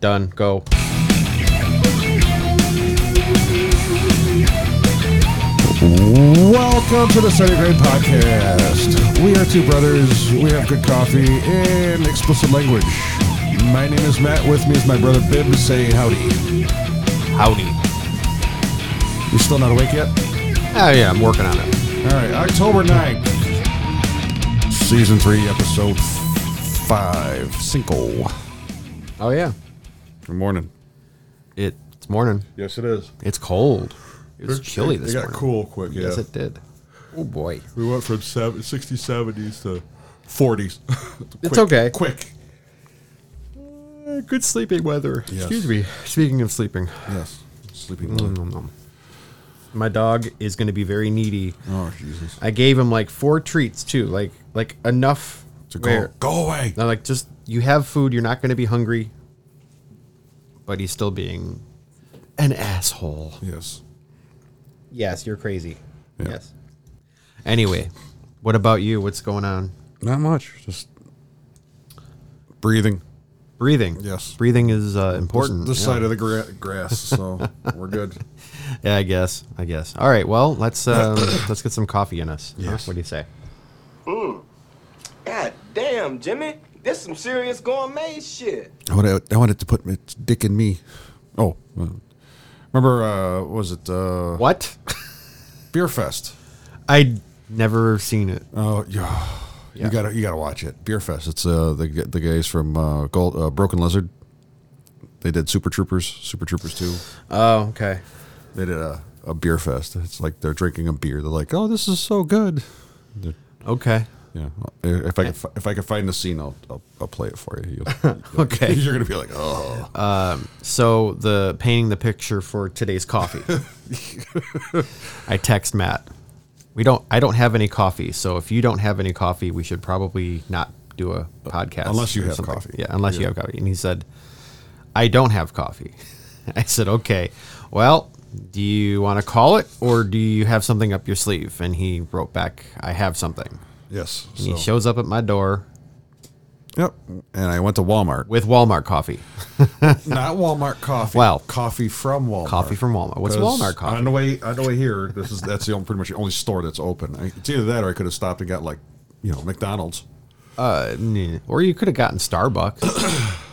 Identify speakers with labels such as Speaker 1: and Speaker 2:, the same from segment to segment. Speaker 1: Done. Go.
Speaker 2: Welcome to the Sunny Grade Podcast. We are two brothers. We have good coffee and explicit language. My name is Matt. With me is my brother Bib. Say howdy.
Speaker 1: Howdy.
Speaker 2: You still not awake yet?
Speaker 1: Oh yeah, I'm working on it.
Speaker 2: All right, October 9th, season three, episode five, Cinco.
Speaker 1: Oh yeah.
Speaker 2: Good morning.
Speaker 1: It, it's morning.
Speaker 2: Yes, it is.
Speaker 1: It's cold. It was chilly this
Speaker 2: It got
Speaker 1: morning.
Speaker 2: cool quick. Yeah,
Speaker 1: Yes, it did. Oh boy.
Speaker 2: we went from 70, 60s, 70s to 40s.
Speaker 1: It's
Speaker 2: Quick-
Speaker 1: okay.
Speaker 2: Quick.
Speaker 1: Uh, Good sleeping weather.
Speaker 2: Yes.
Speaker 1: Excuse me. Speaking of sleeping,
Speaker 2: Yes. Sleeping.
Speaker 1: Nom, nom, nom. Mm. my dog is going to be very needy.
Speaker 2: Oh Jesus.
Speaker 1: I gave him like four treats too, like like enough
Speaker 2: To go,
Speaker 1: where-
Speaker 2: go away.
Speaker 1: I'm like, just you have food. You're not going to be hungry. But he's still being an asshole.
Speaker 2: Yes.
Speaker 1: Yes, you're crazy.
Speaker 2: Yeah.
Speaker 1: Yes. Anyway, what about you? What's going on?
Speaker 2: Not much. Just breathing.
Speaker 1: Breathing.
Speaker 2: Yes.
Speaker 1: Breathing is uh, important.
Speaker 2: This
Speaker 1: yeah.
Speaker 2: side of the gra- grass, so we're good.
Speaker 1: Yeah, I guess. I guess. All right. Well, let's um, let's get some coffee in us. huh?
Speaker 2: Yes.
Speaker 1: What do you say?
Speaker 3: God damn, Jimmy. This some serious gourmet shit.
Speaker 2: I wanted, I wanted to put my dick in me. Oh, uh, remember? Uh, what was it uh,
Speaker 1: What?
Speaker 2: Beer Fest?
Speaker 1: I never seen it.
Speaker 2: Oh, yeah.
Speaker 1: Yeah.
Speaker 2: You gotta, you gotta watch it. Beer Fest. It's uh, the g- the guys from uh, Gold, uh, Broken Lizard. They did Super Troopers, Super Troopers Two.
Speaker 1: Oh, okay.
Speaker 2: They did a, a beer fest. It's like they're drinking a beer. They're like, "Oh, this is so good." They're-
Speaker 1: Okay.
Speaker 2: Yeah, if I could, fi- if I could find the scene, I'll I'll, I'll play it for you. You'll- you'll-
Speaker 1: Okay.
Speaker 2: you're gonna be like, oh,
Speaker 1: So the painting the picture for today's coffee. I text Matt. We don't. I don't have any coffee. So if you don't have any coffee, we should probably not do a podcast
Speaker 2: Unless you
Speaker 1: or
Speaker 2: have
Speaker 1: something.
Speaker 2: coffee.
Speaker 1: Yeah, unless you have coffee. And he said, "I don't have coffee." I said, "Okay. Well, do you want to call it, or do you have something up your sleeve?" And he wrote back, "I have something."
Speaker 2: yes.
Speaker 1: And he
Speaker 2: so-
Speaker 1: shows up at my door
Speaker 2: yep. And I went to Walmart.
Speaker 1: with Walmart coffee.
Speaker 2: Not Walmart coffee.
Speaker 1: Wow.
Speaker 2: coffee from Walmart.
Speaker 1: Coffee from Walmart. What's
Speaker 2: 'Cause
Speaker 1: Walmart coffee?
Speaker 2: On the way, on the way here, this is that's the only, pretty much the only store that's open. I, it's either that or I could have stopped and got like, you know, McDonald's.
Speaker 1: Uh, nah. or you could have gotten Starbucks.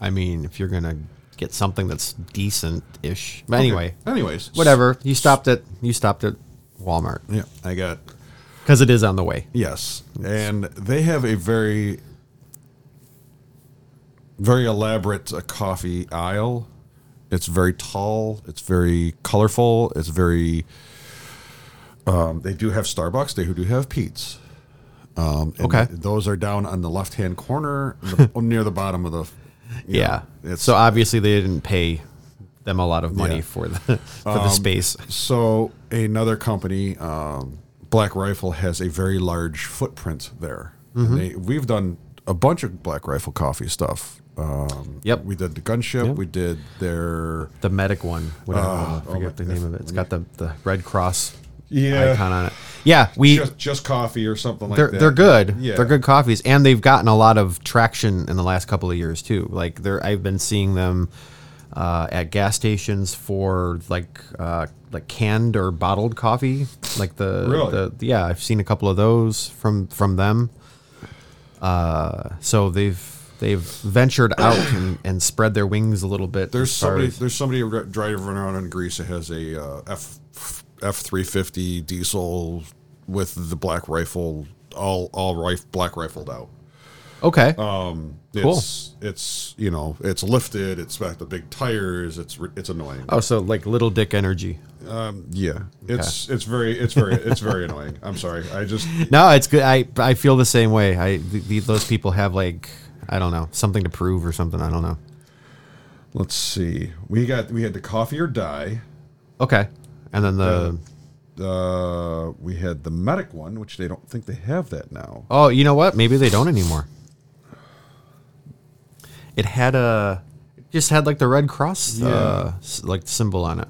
Speaker 1: I mean, if you're gonna get something that's decent ish. But anyway,
Speaker 2: Anyways,
Speaker 1: whatever. You stopped at you stopped at Walmart
Speaker 2: Yeah, I got
Speaker 1: because it is on the way.
Speaker 2: Yes, and they have a very, very elaborate uh, coffee aisle. It's very tall. It's very colorful. It's very. Um, they do have Starbucks. They do have Pete's. Um, and
Speaker 1: Okay.
Speaker 2: those are down on the left-hand corner, the, near the bottom of the. you
Speaker 1: Yeah.
Speaker 2: know, it's,
Speaker 1: so obviously they didn't pay them a lot of money
Speaker 2: Yeah. Um,
Speaker 1: for the for the space.
Speaker 2: So another company, um, Black Rifle, has a very large footprint there.
Speaker 1: Mm-hmm.
Speaker 2: And They, we've done a bunch of Black Rifle coffee stuff. Um,
Speaker 1: Yep.
Speaker 2: We did the gunship.
Speaker 1: Yep.
Speaker 2: We did their
Speaker 1: The medic one, whatever
Speaker 2: Uh,
Speaker 1: I forget
Speaker 2: oh
Speaker 1: the
Speaker 2: my-
Speaker 1: name of it. It's got the, the Red Cross
Speaker 2: Yeah.
Speaker 1: icon on it. Yeah, we
Speaker 2: just, just coffee or something like
Speaker 1: they're
Speaker 2: that.
Speaker 1: they're good.
Speaker 2: Yeah.
Speaker 1: They're good coffees, and they've gotten a lot of traction in the last couple of years too. Like they're I've been seeing them uh, at gas stations for like uh, like canned or bottled coffee. Like the,
Speaker 2: Really?
Speaker 1: the yeah, I've seen a couple of those from from them. Uh, so they've they've ventured out and, and spread their wings a little bit.
Speaker 2: There's
Speaker 1: as far
Speaker 2: somebody.
Speaker 1: as-
Speaker 2: There's somebody ri- driving around in Greece that has a uh, F F three fifty diesel with the Black Rifle, all all rif- Black Rifled out.
Speaker 1: okay.
Speaker 2: Uh, It's, It's you know it's lifted. It's got the big tires. It's ri- it's annoying.
Speaker 1: oh, so like little dick energy.
Speaker 2: yeah, it's it's very it's very it's very annoying. I'm sorry. I just
Speaker 1: No, it's good. I I feel the same way. I th th- those people have like I don't know something to prove or something. I don't know.
Speaker 2: let's see. We got we had the coffee or die.
Speaker 1: Okay, and then the
Speaker 2: Uh, we had the medic one, which they don't think they have that now.
Speaker 1: oh, you know what? Maybe they don't anymore. It had a it just had like the Red Cross uh, s- like symbol on it.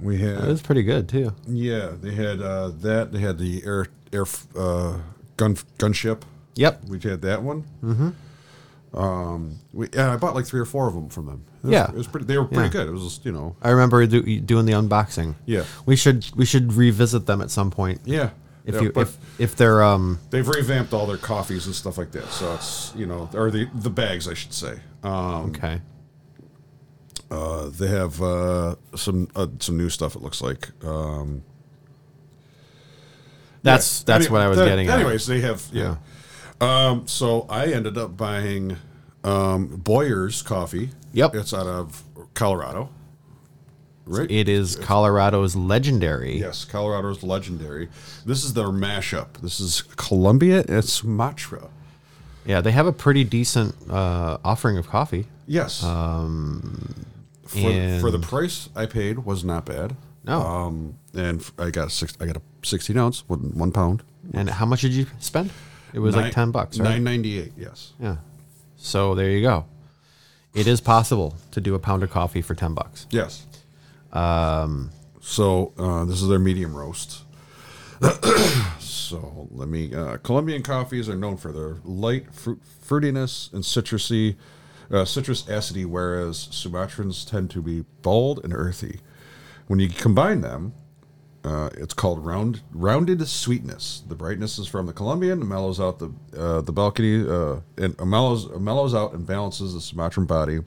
Speaker 2: We
Speaker 1: It
Speaker 2: had
Speaker 1: was pretty good too.
Speaker 2: yeah, they had uh, that. They had the air air uh, gun gunship.
Speaker 1: Yep.
Speaker 2: We've had that one. Mm-hmm. We, yeah, I bought like three or four of them from them. It was-
Speaker 1: Yeah.
Speaker 2: it was pretty. They were pretty
Speaker 1: Yeah.
Speaker 2: good. It was just, you know,
Speaker 1: I remember do, doing the unboxing.
Speaker 2: Yeah.
Speaker 1: we should we should revisit them at some point.
Speaker 2: yeah.
Speaker 1: if
Speaker 2: Yeah,
Speaker 1: you
Speaker 2: but
Speaker 1: if if they're um
Speaker 2: they've revamped all their coffees and stuff like that, so it's you know, or the the bags, I should say. Um,
Speaker 1: okay.
Speaker 2: uh, they have uh, some uh, some new stuff. It looks like. Um,
Speaker 1: That's
Speaker 2: Yeah.
Speaker 1: that's
Speaker 2: Any-
Speaker 1: what I was
Speaker 2: that-
Speaker 1: getting. at.
Speaker 2: Anyways, they have yeah. Um, so I ended up buying um, Boyer's coffee.
Speaker 1: Yep.
Speaker 2: it's out of Colorado. Right.
Speaker 1: it is Colorado's legendary.
Speaker 2: yes, Colorado's legendary. This is their mashup. This is Colombia and Sumatra.
Speaker 1: Yeah, they have a pretty decent uh, offering of coffee.
Speaker 2: Yes. Um, for,
Speaker 1: and-
Speaker 2: for the price I paid was not bad.
Speaker 1: No.
Speaker 2: Um, and f- I got a six. I got a sixteen ounce, one, one pound.
Speaker 1: And how much did you spend? It was like ten bucks, right?
Speaker 2: Nine ninety eight. Yes.
Speaker 1: Yeah. So there you go. It is possible to do a pound of coffee for ten bucks.
Speaker 2: Yes. Um, so uh, this is their medium roast. so let me. Uh, Colombian coffees are known for their light fruit fruitiness and citrusy, uh, citrus acidity, whereas Sumatrans tend to be bold and earthy. When you combine them, uh, it's called round rounded sweetness. The brightness is from the Colombian, mellows out the uh, the balcony, uh, and uh, mellows mellows out and balances the Sumatran body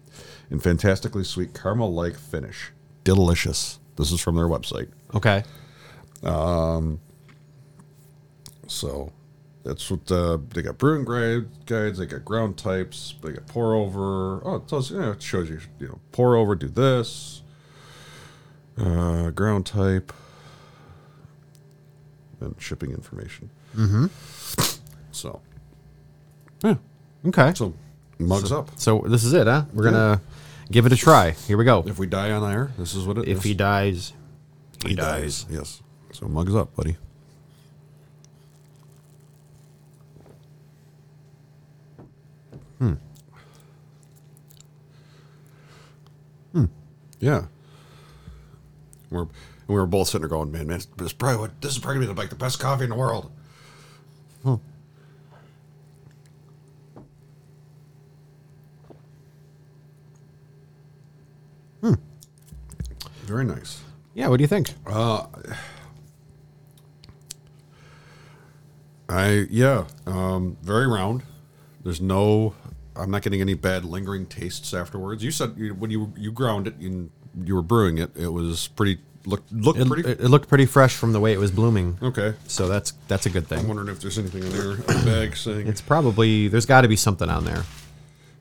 Speaker 2: in fantastically sweet caramel like finish. Delicious. This is from their website,
Speaker 1: Okay.
Speaker 2: so that's what uh, they got. Brewing grade guides, they got ground types, they got pour over. Oh, it tells you, know, it shows you, you know, pour over, do this. Uh, ground type, and shipping information. Mm-hmm. So, yeah.
Speaker 1: Okay. So,
Speaker 2: So, mugs up.
Speaker 1: this is it, huh? We're gonna give it a try. Here we go.
Speaker 2: If we die on air, this is what it is.
Speaker 1: If he dies,
Speaker 2: he dies, yes. So mugs up, buddy. Hmm. Hmm. Yeah. We're we were both sitting there going, man, man, this is probably what, this is probably gonna be like the best coffee in the world. Hmm. Hmm. Very nice.
Speaker 1: yeah. What do you think?
Speaker 2: Uh, I yeah, um, very round. There's no. I'm not getting any bad lingering tastes afterwards. You said you, when you you ground it and you were brewing it, it was pretty looked looked
Speaker 1: It,
Speaker 2: pretty.
Speaker 1: it- it looked pretty fresh from the way it was blooming.
Speaker 2: okay,
Speaker 1: So that's that's a good
Speaker 2: I'm
Speaker 1: thing.
Speaker 2: wondering if there's anything in there in the bag saying
Speaker 1: It's probably there's got to be something on there.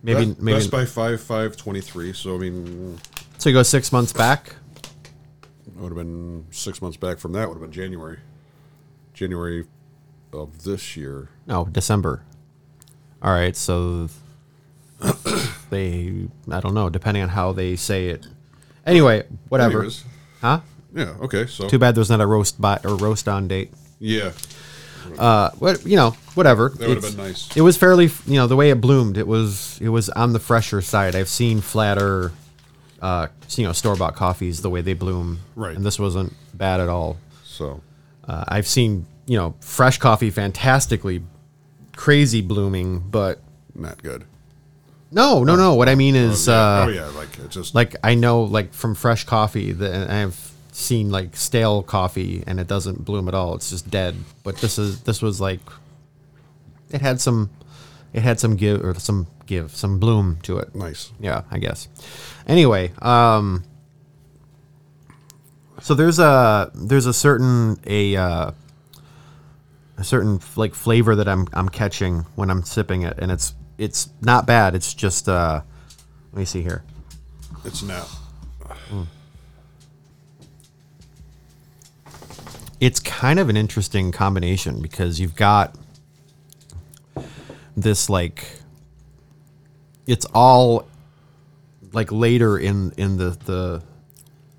Speaker 1: Maybe
Speaker 2: Best-
Speaker 1: maybe
Speaker 2: Best by five five twenty three. So I mean,
Speaker 1: so you go six months back.
Speaker 2: it would have been six months back from that. Would have been January, January of this year.
Speaker 1: No, December. All right, so they I don't know, depending on how they say it. Anyway, whatever.
Speaker 2: Anyways,
Speaker 1: Huh?
Speaker 2: yeah. Okay. So
Speaker 1: Too bad there's not a roast by or roast on date.
Speaker 2: yeah.
Speaker 1: Uh, what you know, whatever. That
Speaker 2: would've been nice.
Speaker 1: It was fairly, you know, the way it bloomed, it was it was on the fresher side. I've seen flatter, uh, you know, store bought coffees the way they bloom,
Speaker 2: Right.
Speaker 1: And this wasn't bad at all.
Speaker 2: So
Speaker 1: Uh, I've seen you know fresh coffee fantastically, crazy blooming, but
Speaker 2: not good.
Speaker 1: No, no, no. What I mean is, uh,
Speaker 2: oh yeah, like it just
Speaker 1: like I know, like from fresh coffee that I've seen like stale coffee and it doesn't bloom at all. It's just dead. But this is this was like, it had some, it had some give or some give some bloom to it.
Speaker 2: nice.
Speaker 1: Yeah, I guess. Anyway, um, so there's a there's a certain a uh, a certain like flavor that I'm I'm catching when I'm sipping it, and it's it's not bad. It's just uh, let me see here.
Speaker 2: It's not.
Speaker 1: It's kind of an interesting combination because you've got this like it's all like later in in the the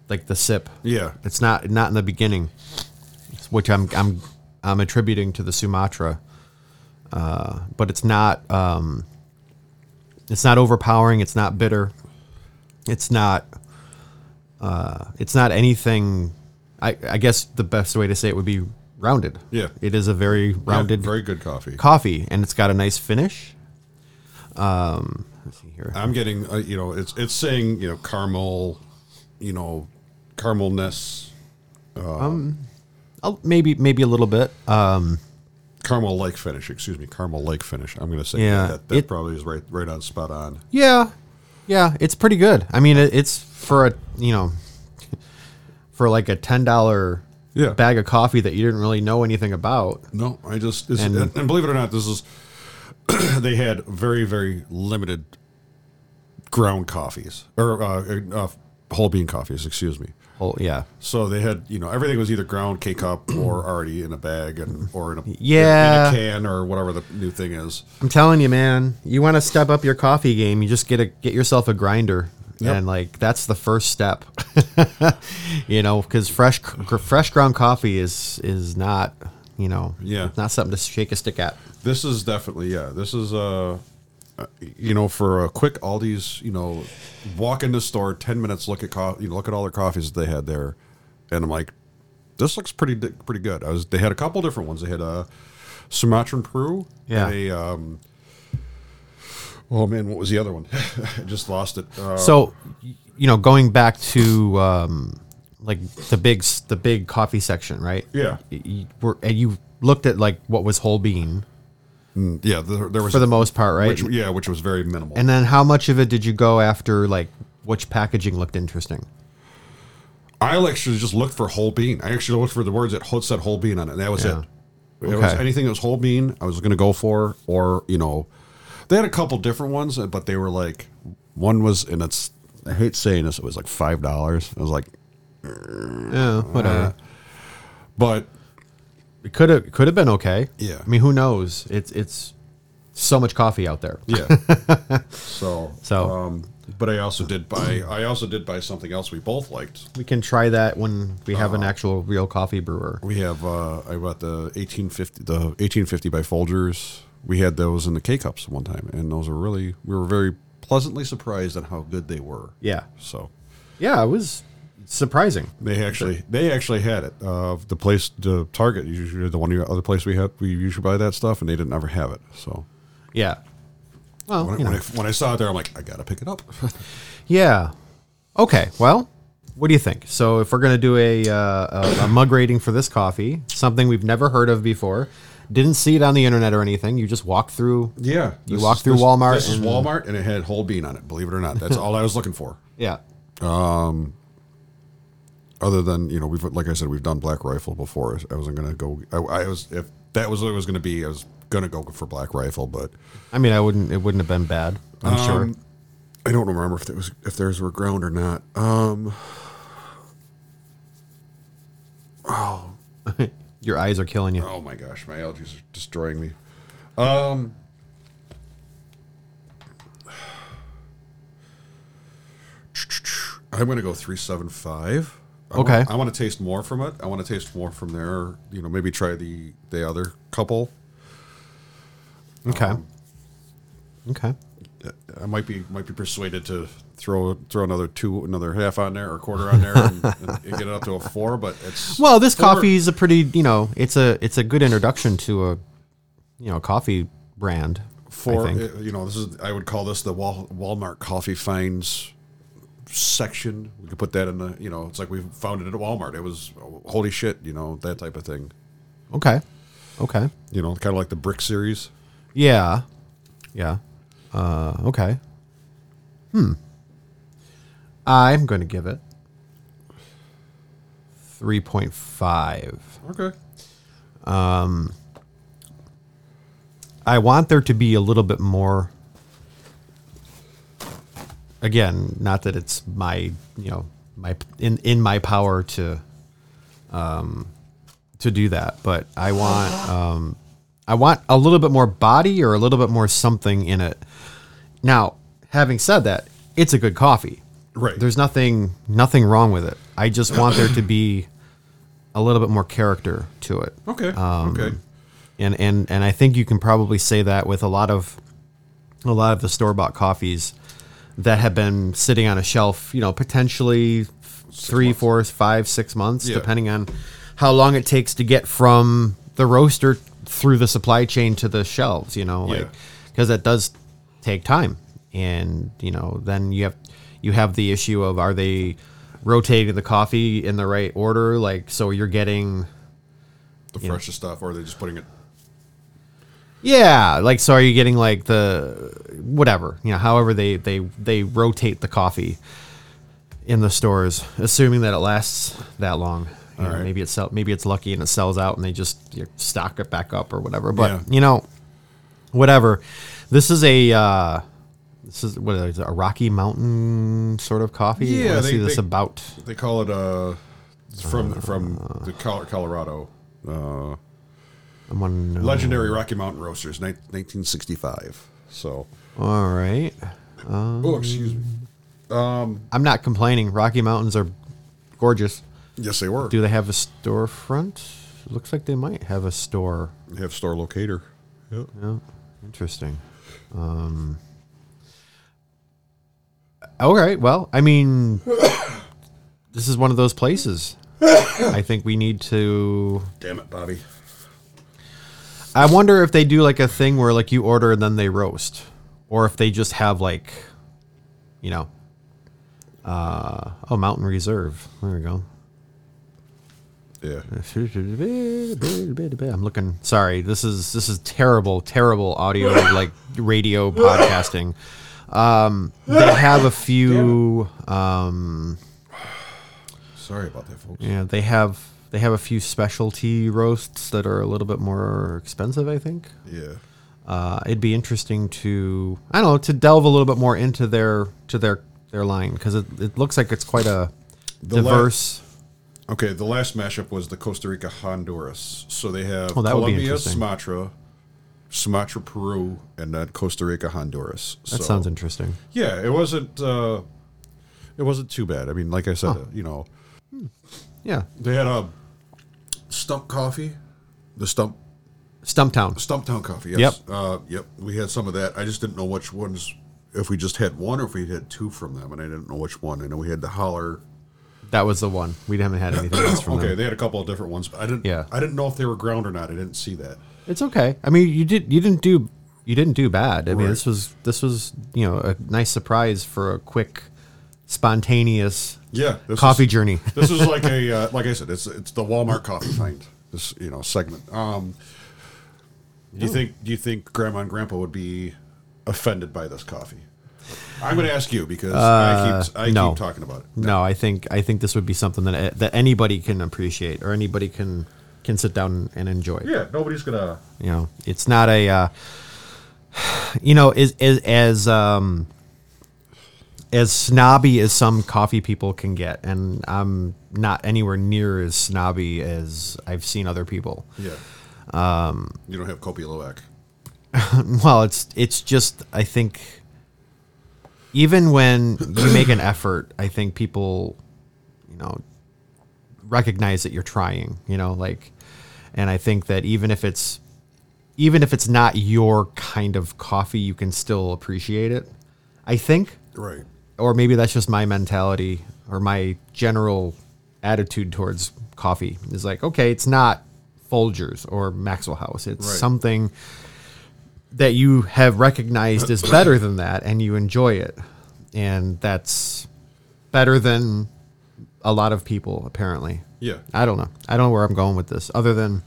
Speaker 1: like the sip
Speaker 2: Yeah.
Speaker 1: It's not not in the beginning, which I'm I'm I'm attributing to the Sumatra, uh, but it's not um, it's not overpowering. It's not bitter. It's not uh, it's not anything. I, I guess the best way to say it would be rounded.
Speaker 2: Yeah.
Speaker 1: it is a very
Speaker 2: Yeah,
Speaker 1: rounded
Speaker 2: very good coffee.
Speaker 1: coffee, and it's got a nice finish. Um, let's see here.
Speaker 2: I'm getting, uh, you know, it's it's saying, you know, caramel, you know, caramelness,
Speaker 1: Oh, maybe maybe a little bit. Um,
Speaker 2: caramel like finish. Excuse me, caramel like finish. I'm going to say
Speaker 1: Yeah,
Speaker 2: that that
Speaker 1: it-
Speaker 2: probably is right right on spot on.
Speaker 1: yeah, yeah, it's pretty good. I mean, it, it's for a you know, for like a ten dollar
Speaker 2: Yeah.
Speaker 1: bag of coffee that you didn't really know anything about.
Speaker 2: No, I just this,
Speaker 1: And-
Speaker 2: and, and believe it or not, this is they had very very limited ground coffees or uh, uh, whole bean coffees. Excuse me.
Speaker 1: Well, yeah,
Speaker 2: So they had, you know, everything was either ground K cup or already in a bag and or in a
Speaker 1: Yeah.
Speaker 2: in a can or whatever the new thing is.
Speaker 1: I'm telling you, man. You want to step up your coffee game? You just get a get yourself a grinder,
Speaker 2: Yep.
Speaker 1: and like that's the first step. you know, because fresh c- fresh ground coffee is is not you know
Speaker 2: Yeah.
Speaker 1: not something to shake a stick at.
Speaker 2: This is definitely yeah. This is uh, uh, you know, for a quick Aldi's, you know, walk in the store, ten minutes, look at coffee, you know, look at all their coffees that they had there, and I'm like, this looks pretty di- pretty good. I was they had a couple different ones. They had a Sumatran Peru,
Speaker 1: Yeah.
Speaker 2: and a um. Oh man, what was the other one? I just lost it. Uh,
Speaker 1: so y- you know, going back to um, like the big s- the big coffee section, right?
Speaker 2: Yeah.
Speaker 1: Y- y- were- and you looked at like what was whole bean
Speaker 2: Um, yeah, there, there was
Speaker 1: for the most part, right?
Speaker 2: Which, yeah, which was very minimal.
Speaker 1: and then how much of it did you go after? Like which packaging looked interesting?
Speaker 2: I actually just looked for whole bean. I actually looked for the words that ho- said whole bean on it, and that was
Speaker 1: Yeah.
Speaker 2: it. It was
Speaker 1: Okay.
Speaker 2: anything that was whole bean, I was going to go for, or, you know, they had a couple different ones, uh, but they were like, one was, and it's, I hate saying this, it was like $5. I was like,
Speaker 1: Yeah, Eh, whatever.
Speaker 2: but
Speaker 1: It could have could have been okay.
Speaker 2: Yeah.
Speaker 1: I mean, who knows? It's it's so much coffee out there.
Speaker 2: yeah. so,
Speaker 1: So-
Speaker 2: um, but I also did buy, I also did buy something else we both liked.
Speaker 1: We can try that when we have an actual real coffee brewer.
Speaker 2: We have, uh, I bought the 1850, the 1850 by Folgers. We had those in the K cups one time, and those are really, we were very pleasantly surprised on how good they were.
Speaker 1: Yeah.
Speaker 2: So
Speaker 1: Yeah, it was surprising.
Speaker 2: they actually they actually had it. Uh, the place the Target usually the one other place we had we usually buy that stuff, and they didn't ever have it. So
Speaker 1: Yeah. Well,
Speaker 2: when, I
Speaker 1: you
Speaker 2: when, I,
Speaker 1: know.
Speaker 2: when I saw it there, I'm like, I gotta pick it up.
Speaker 1: yeah. Okay. Well, what do you think? So, if we're gonna do a, uh, a a mug rating for this coffee, something we've never heard of before, didn't see it on the internet or anything, you just walk through.
Speaker 2: yeah,
Speaker 1: You
Speaker 2: this
Speaker 1: walk
Speaker 2: is-
Speaker 1: through
Speaker 2: this-
Speaker 1: Walmart
Speaker 2: This is
Speaker 1: and-
Speaker 2: Walmart, and it had whole bean on it. Believe it or not, that's all I was looking for.
Speaker 1: Yeah.
Speaker 2: Other than you know, we've like I said, we've done Black Rifle before. I wasn't gonna go. I, I was if that was what it was gonna be. I was gonna go for Black Rifle, but
Speaker 1: I mean, I wouldn't. It wouldn't have been bad. I'm sure.
Speaker 2: Um, I don't remember if there was if theirs were ground or not. Um,
Speaker 1: Your eyes are killing you.
Speaker 2: oh my gosh, my allergies are destroying me. Um, I'm gonna go three seven five. I
Speaker 1: Okay.
Speaker 2: Want, I want to taste more from it. I want to taste more from there. You know, maybe try the the other couple.
Speaker 1: Okay. okay.
Speaker 2: I might be might be persuaded to throw throw another two another half on there or quarter on there and, and get it up to a four. But it's
Speaker 1: Well, this
Speaker 2: four-
Speaker 1: coffee is a pretty, you know, it's a it's a good introduction to a, you know, coffee brand.
Speaker 2: for
Speaker 1: I think.
Speaker 2: uh, you know this is I would call this the Wal- Walmart coffee finds section. We could put that in the you know it's like we found it at Walmart. It was oh, holy shit, you know that type of thing.
Speaker 1: okay, okay,
Speaker 2: You know, kind of like the brick series.
Speaker 1: yeah, yeah, uh, okay. Hmm. I'm going to give it three point five.
Speaker 2: Okay.
Speaker 1: I want there to be a little bit more. Again, not that it's my you know my in in my power to um to do that, but I want um I want a little bit more body or a little bit more something in it. Now, having said that, it's a good coffee.
Speaker 2: Right.
Speaker 1: There's nothing nothing wrong with it. I just want there to be a little bit more character to it
Speaker 2: Okay.
Speaker 1: Um,
Speaker 2: okay.
Speaker 1: and and and I think you can probably say that with a lot of a lot of the store bought coffees that have been sitting on a shelf, you know, potentially three,
Speaker 2: months.
Speaker 1: four, five, six months,
Speaker 2: Yeah.
Speaker 1: depending on how long it takes to get from the roaster through the supply chain to the shelves, you know,
Speaker 2: Yeah.
Speaker 1: like because that does take time, and you know then you have you have the issue of are they rotating the coffee in the right order? Like so you're getting
Speaker 2: the freshest stuff, or are they just putting it?
Speaker 1: yeah like so are you getting like the whatever you know however they they they rotate the coffee in the stores assuming that it lasts that long you know,
Speaker 2: right.
Speaker 1: maybe it's sell- maybe it's lucky and it sells out and they just you know, stock it back up or whatever but
Speaker 2: Yeah.
Speaker 1: you know whatever this is a uh this is what is it, a rocky mountain sort of coffee
Speaker 2: Yeah,
Speaker 1: i
Speaker 2: they-
Speaker 1: see this
Speaker 2: they-
Speaker 1: about
Speaker 2: They call it uh, it's from from the Col- Colorado uh,
Speaker 1: i'm on
Speaker 2: legendary Rocky Mountain Roasters, nine- 1965. So,
Speaker 1: all right
Speaker 2: oh, excuse me.
Speaker 1: i'm not complaining rocky mountains are gorgeous
Speaker 2: Yes, they were.
Speaker 1: Do they have a storefront? Looks like they might have a store.
Speaker 2: They have store locator.
Speaker 1: Yeah, interesting. Um, okay, well, I mean, this is one of those places. I think we need to.
Speaker 2: Damn it, Bobby.
Speaker 1: I wonder if they do like a thing where like you order and then they roast, or if they just have like, you know, uh, oh, Mountain Reserve. There we go.
Speaker 2: Yeah.
Speaker 1: I'm looking. Sorry, this is this is terrible, terrible audio like radio podcasting. Um, they have a few. Um,
Speaker 2: Sorry about that, folks.
Speaker 1: yeah, they have they have a few specialty roasts that are a little bit more expensive. I think
Speaker 2: Yeah.
Speaker 1: uh, it'd be interesting to I don't know to delve a little bit more into their to their their line because it, it looks like it's quite a
Speaker 2: The la-
Speaker 1: diverse.
Speaker 2: Okay, the last mashup was the Costa Rica Honduras. So they have
Speaker 1: Oh, that would be
Speaker 2: Colombia,
Speaker 1: interesting.
Speaker 2: Sumatra, Sumatra, Peru, and then Costa Rica Honduras.
Speaker 1: that sounds interesting.
Speaker 2: Yeah, it wasn't. Uh, it wasn't too bad. I mean, like I said, uh, you know,
Speaker 1: Yeah,
Speaker 2: they had a stump coffee, the stump
Speaker 1: Stumptown.
Speaker 2: Stumptown coffee. Yes.
Speaker 1: Yep.
Speaker 2: Uh, yep. We had some of that. I just didn't know which ones. If we just had one, or if we had two from them, and I didn't know which one. I know we had the holler.
Speaker 1: That was the one. We haven't had anything else from
Speaker 2: Okay,
Speaker 1: them.
Speaker 2: they had a couple of different ones, but I didn't.
Speaker 1: Yeah.
Speaker 2: I didn't know if they were ground or not. I didn't see that.
Speaker 1: It's okay. I mean, you did you didn't do you didn't do bad. I mean,
Speaker 2: Right.
Speaker 1: this was this was you know a nice surprise for a quick, spontaneous
Speaker 2: Yeah, this
Speaker 1: coffee
Speaker 2: is-
Speaker 1: journey.
Speaker 2: this is like a uh, like I said, it's it's the Walmart coffee find. This you know segment. Um, do you think do you think Grandma and Grandpa would be offended by this coffee? I'm going to ask you because I keep I
Speaker 1: Uh, no.
Speaker 2: keep talking about it.
Speaker 1: No, I think I think this would be something that eh, that anybody can appreciate or anybody can can sit down and enjoy.
Speaker 2: Yeah, nobody's gonna.
Speaker 1: You know, it's not a uh, you know is as as um as snobby as some coffee people can get, and I'm not anywhere near as snobby as I've seen other people.
Speaker 2: Yeah. Um, you don't have Kopilovac.
Speaker 1: Well, it's it's just I think even when you make an effort, I think people, you know, recognize that you're trying, you know, like and I think that even if it's even if it's not your kind of coffee, you can still appreciate it. I think
Speaker 2: Right.
Speaker 1: or maybe that's just my mentality or my general attitude towards coffee is like okay it's not folgers or maxwell house it's
Speaker 2: Right.
Speaker 1: something that you have recognized is better than that and you enjoy it and that's better than a lot of people apparently
Speaker 2: Yeah.
Speaker 1: i don't know i don't know where i'm going with this other than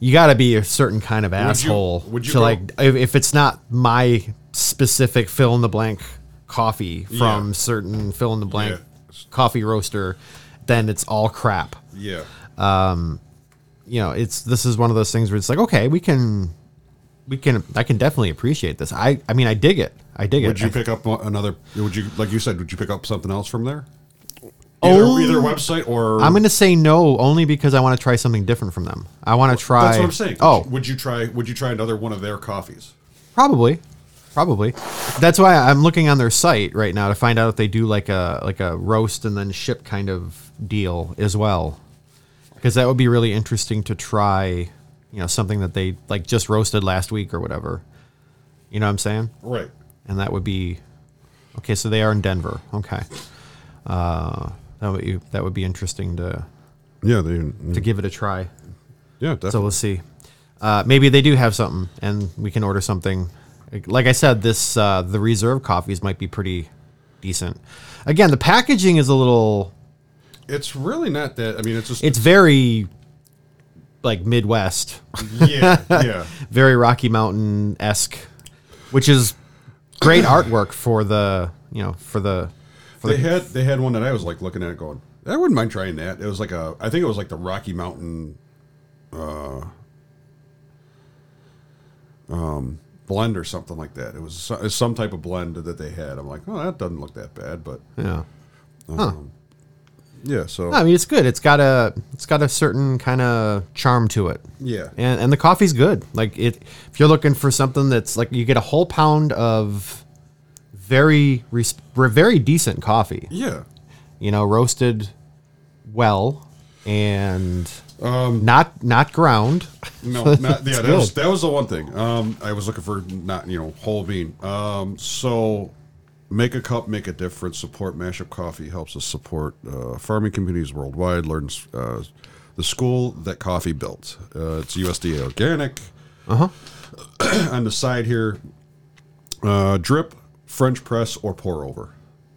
Speaker 1: you got to be a certain kind of asshole
Speaker 2: would you
Speaker 1: to
Speaker 2: go-
Speaker 1: like if, if it's not my specific fill in the blank coffee from
Speaker 2: Yeah.
Speaker 1: certain fill in the blank
Speaker 2: Yeah.
Speaker 1: coffee roaster, then it's all crap.
Speaker 2: Yeah.
Speaker 1: You know, it's this is one of those things where it's like, okay, we can, we can, I can definitely appreciate this. I, I mean, I dig it. I dig
Speaker 2: Would
Speaker 1: it.
Speaker 2: you
Speaker 1: I-
Speaker 2: pick up one- another? Would you like you said? Would you pick up something else from there? Either,
Speaker 1: Oh.
Speaker 2: either website or
Speaker 1: I'm going to say no only because I want to try something different from them. I want to try.
Speaker 2: That's what I'm saying.
Speaker 1: Oh,
Speaker 2: would you try? Would you try another one of their coffees?
Speaker 1: Probably, probably. That's why I'm looking on their site right now to find out if they do like a like a roast and then ship kind of deal as well, because that would be really interesting to try. You know, something that they like just roasted last week or whatever. You know what I'm saying?
Speaker 2: Right.
Speaker 1: And that would be okay. So they are in Denver. Okay, uh, that would be, that would be interesting to
Speaker 2: Yeah. They.
Speaker 1: to give it a try.
Speaker 2: Yeah.
Speaker 1: So
Speaker 2: Definitely.
Speaker 1: we'll see. Uh, maybe they do have something, and we can order something Like- Like I said, this uh, the reserve coffees might be pretty decent. Again, the packaging is a little.
Speaker 2: It's really not that. I mean, it's just
Speaker 1: It's very like Midwest,
Speaker 2: yeah, yeah.
Speaker 1: very Rocky Mountain esque, which is great artwork for the you know for the for
Speaker 2: They
Speaker 1: the
Speaker 2: had they had one that I was like looking at it going, I wouldn't mind trying that. It was like a I think it was like the Rocky Mountain uh um blend or something like that. It was so- some type of blend that they had. I'm like, "Oh, that doesn't look that bad," but
Speaker 1: yeah.
Speaker 2: yeah, so
Speaker 1: No, I mean it's good. It's got a it's got a certain kind of charm to it.
Speaker 2: Yeah.
Speaker 1: And and the coffee's good. Like it if you're looking for something that's like you get a whole pound of very res- very decent coffee.
Speaker 2: yeah.
Speaker 1: You know, roasted well and not not ground.
Speaker 2: Um, No, not, yeah, that was,
Speaker 1: good.
Speaker 2: that was the one thing. Um, I was looking for not you know whole bean. Um, so make a cup, make a difference. Support Mashup Coffee helps us support uh, farming communities worldwide. Learns uh, the school that coffee built. Uh, it's USDA organic. Uh-huh. On the side here, uh, drip, French press, or pour over,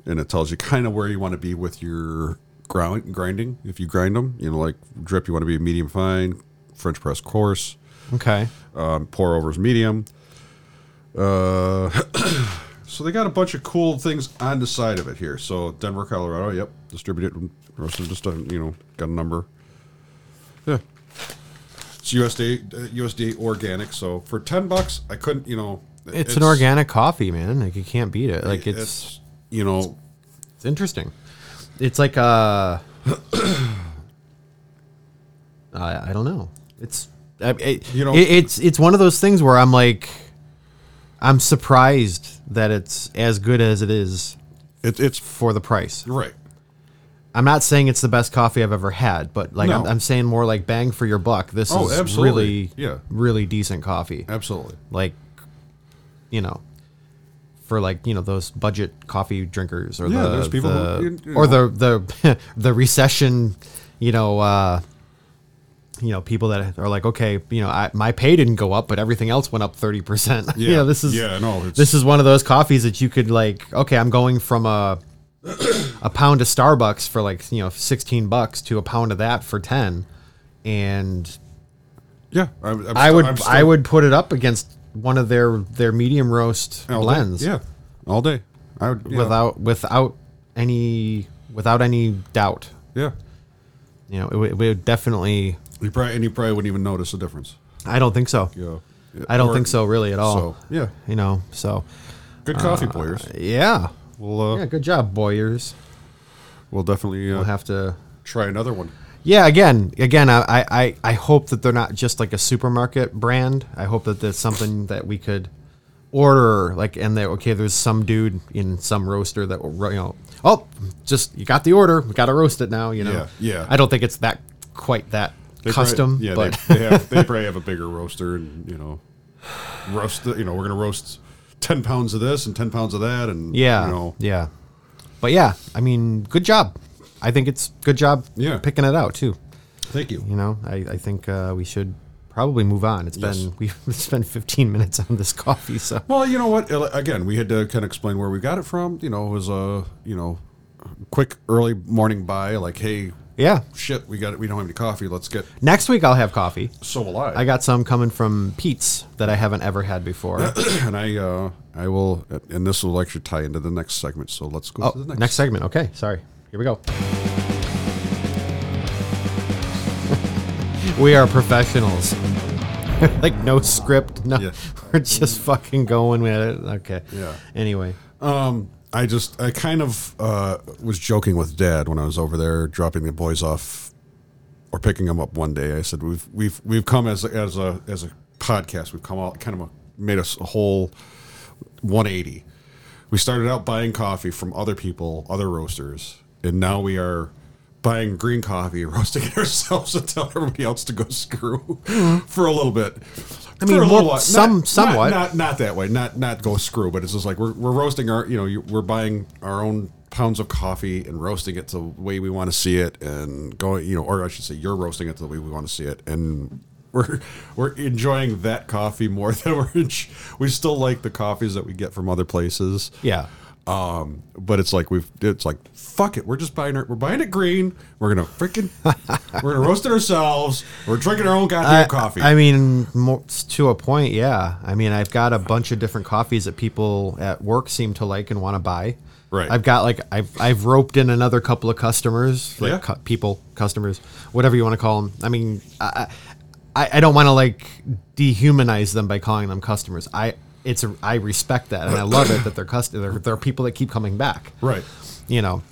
Speaker 2: and it tells you kind of where you want to be with your ground grinding. If you grind them, you know, like drip, you want to be medium fine. French press coarse,
Speaker 1: Okay.
Speaker 2: um, pour overs medium. Uh, so they got a bunch of cool things on the side of it here. So Denver, Colorado, yep, distributed, roasted, just uh, you know, got a number. Yeah, it's USDA uh, USDA organic. So for ten bucks, I couldn't, you know,
Speaker 1: It's, an organic coffee, man. Like you can't beat it. Like
Speaker 2: It's,
Speaker 1: it's
Speaker 2: you know,
Speaker 1: It's interesting. It's like uh, a. I I don't know. It's I, it,
Speaker 2: You
Speaker 1: you
Speaker 2: know-
Speaker 1: know it, it's it's one of those things where I'm like, I'm surprised that it's as good as it is
Speaker 2: it, it's
Speaker 1: for the price.
Speaker 2: you're right.
Speaker 1: I'm not saying it's the best coffee I've ever had, but like I'm,
Speaker 2: No.
Speaker 1: I'm saying more like bang for your buck. This
Speaker 2: Oh,
Speaker 1: is
Speaker 2: absolutely.
Speaker 1: really
Speaker 2: Yeah.
Speaker 1: really decent coffee.
Speaker 2: Absolutely.
Speaker 1: Like, you know. For like you know those budget coffee drinkers or
Speaker 2: Yeah,
Speaker 1: the,
Speaker 2: there's people
Speaker 1: the-
Speaker 2: who- you- you
Speaker 1: or
Speaker 2: know.
Speaker 1: the the the recession, you know, uh, you know people that are like okay, you know, I, my pay didn't go up, but everything else went up thirty percent.
Speaker 2: Yeah.
Speaker 1: you know, this is
Speaker 2: Yeah, no, it's-
Speaker 1: this is one of those coffees that you could like okay, I'm going from a a pound of Starbucks for like you know sixteen bucks to a pound of that for ten, and
Speaker 2: Yeah, I'm, I'm
Speaker 1: I
Speaker 2: still-
Speaker 1: would
Speaker 2: I'm still-
Speaker 1: I would put it up against one of their their medium roast
Speaker 2: all day.
Speaker 1: blends
Speaker 2: Oh, Yeah, all day. I would yeah,
Speaker 1: without without any without any doubt.
Speaker 2: yeah.
Speaker 1: You know, it, would- it would definitely.
Speaker 2: You probably and you probably wouldn't even notice the difference.
Speaker 1: I don't think so.
Speaker 2: Yeah, Yeah,
Speaker 1: I don't
Speaker 2: or-
Speaker 1: think so really at all.
Speaker 2: So yeah,
Speaker 1: You know, so
Speaker 2: good coffee players.
Speaker 1: Uh, yeah,
Speaker 2: We'll uh,
Speaker 1: yeah. Good job, Boyers.
Speaker 2: we'll definitely uh,
Speaker 1: We'll have to.
Speaker 2: try another one.
Speaker 1: Yeah, again, again. I, I- I, I hope that they're not just like a supermarket brand. I hope that there's something that we could order, like, and that okay, there's some dude in some roaster that will, ro- you know, oh, just you got the order, we got to roast it now, you know.
Speaker 2: Yeah, yeah.
Speaker 1: I don't think it's that quite that
Speaker 2: They probably-
Speaker 1: custom,
Speaker 2: yeah,
Speaker 1: but
Speaker 2: they, they, have, they probably have a bigger roaster, and you know, roast. The, you know, we're gonna roast ten pounds of this and ten pounds of that, and
Speaker 1: Yeah.
Speaker 2: you know,
Speaker 1: Yeah. But yeah, I mean, good job. I think it's good job
Speaker 2: Yeah.
Speaker 1: picking it out too.
Speaker 2: thank you.
Speaker 1: You know, I, I think uh, we should probably move on. It's
Speaker 2: Yes.
Speaker 1: been we've spent 15 minutes on this coffee, so
Speaker 2: Well, you know what? Ele- Again, we had to kind of explain where we got it from. You know, it was a you know, quick early morning buy. Like, hey,
Speaker 1: yeah.
Speaker 2: shit, we got it. We don't have any coffee. Let's get
Speaker 1: Next week I'll have coffee.
Speaker 2: so alive.
Speaker 1: I got some coming from Pete's that I haven't ever had before.
Speaker 2: and I uh, I will, and this will actually tie into the next segment. So let's go
Speaker 1: oh,
Speaker 2: to the
Speaker 1: next segment. Okay, sorry. Here we go. we are professionals. like no script, no.
Speaker 2: Yeah.
Speaker 1: We're just fucking going with it. Okay.
Speaker 2: Yeah.
Speaker 1: Anyway,
Speaker 2: Um, I just I kind of uh, was joking with Dad when I was over there dropping the boys off or picking them up one day. I said we've we've we've come as a, as a as a podcast. We've come out kind of a, made us a whole 180. We started out buying coffee from other people, other roasters, and now we are buying green coffee, roasting it ourselves, and telling everybody else to go screw for a little bit. I
Speaker 1: Mm-hmm. mean, well, some- somewhat.
Speaker 2: not, not that way. Not not go screw, but it's just like we're, we're roasting our, you know, you, we're buying our own pounds of coffee and roasting it the way we want to see it, and going, you know, or I should say, you're roasting it the way we want to see it, and we're we're enjoying that coffee more than we're enj- we still like the coffees that we get from other places.
Speaker 1: Yeah.
Speaker 2: Um, but it's like we've it's like fuck it, we're just buying it. We're buying it green. We're gonna freaking we're gonna roast it ourselves. We're drinking our own goddamn
Speaker 1: I,
Speaker 2: coffee.
Speaker 1: I mean, more, to a point, yeah. I mean, I've got a bunch of different coffees that people at work seem to like and want to buy.
Speaker 2: Right.
Speaker 1: I've got like I've I've roped in another couple of customers, like
Speaker 2: Yeah.
Speaker 1: cu- people, customers, whatever you want to call them. I mean, I I, I don't want to like dehumanize them by calling them customers. I it's a, I respect that and I love it that they're customers. There are people that keep coming back
Speaker 2: right.
Speaker 1: you know,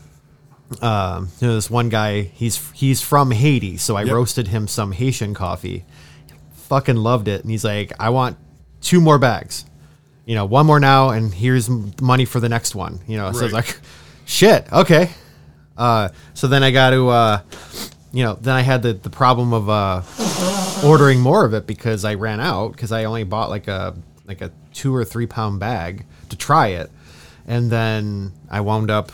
Speaker 1: um, you know, this one guy, he's he's from Haiti, so I
Speaker 2: Yep.
Speaker 1: roasted him some Haitian coffee. Fucking loved it, and he's like, I want two more bags, you know, one more now, and here's m- money for the next one. You know, so it's
Speaker 2: Right.
Speaker 1: like, shit, okay. Uh, so then I got to, uh, you know, then I had the the problem of uh, ordering more of it because I ran out because I only bought like a like a two or three pound bag to try it, and then I wound up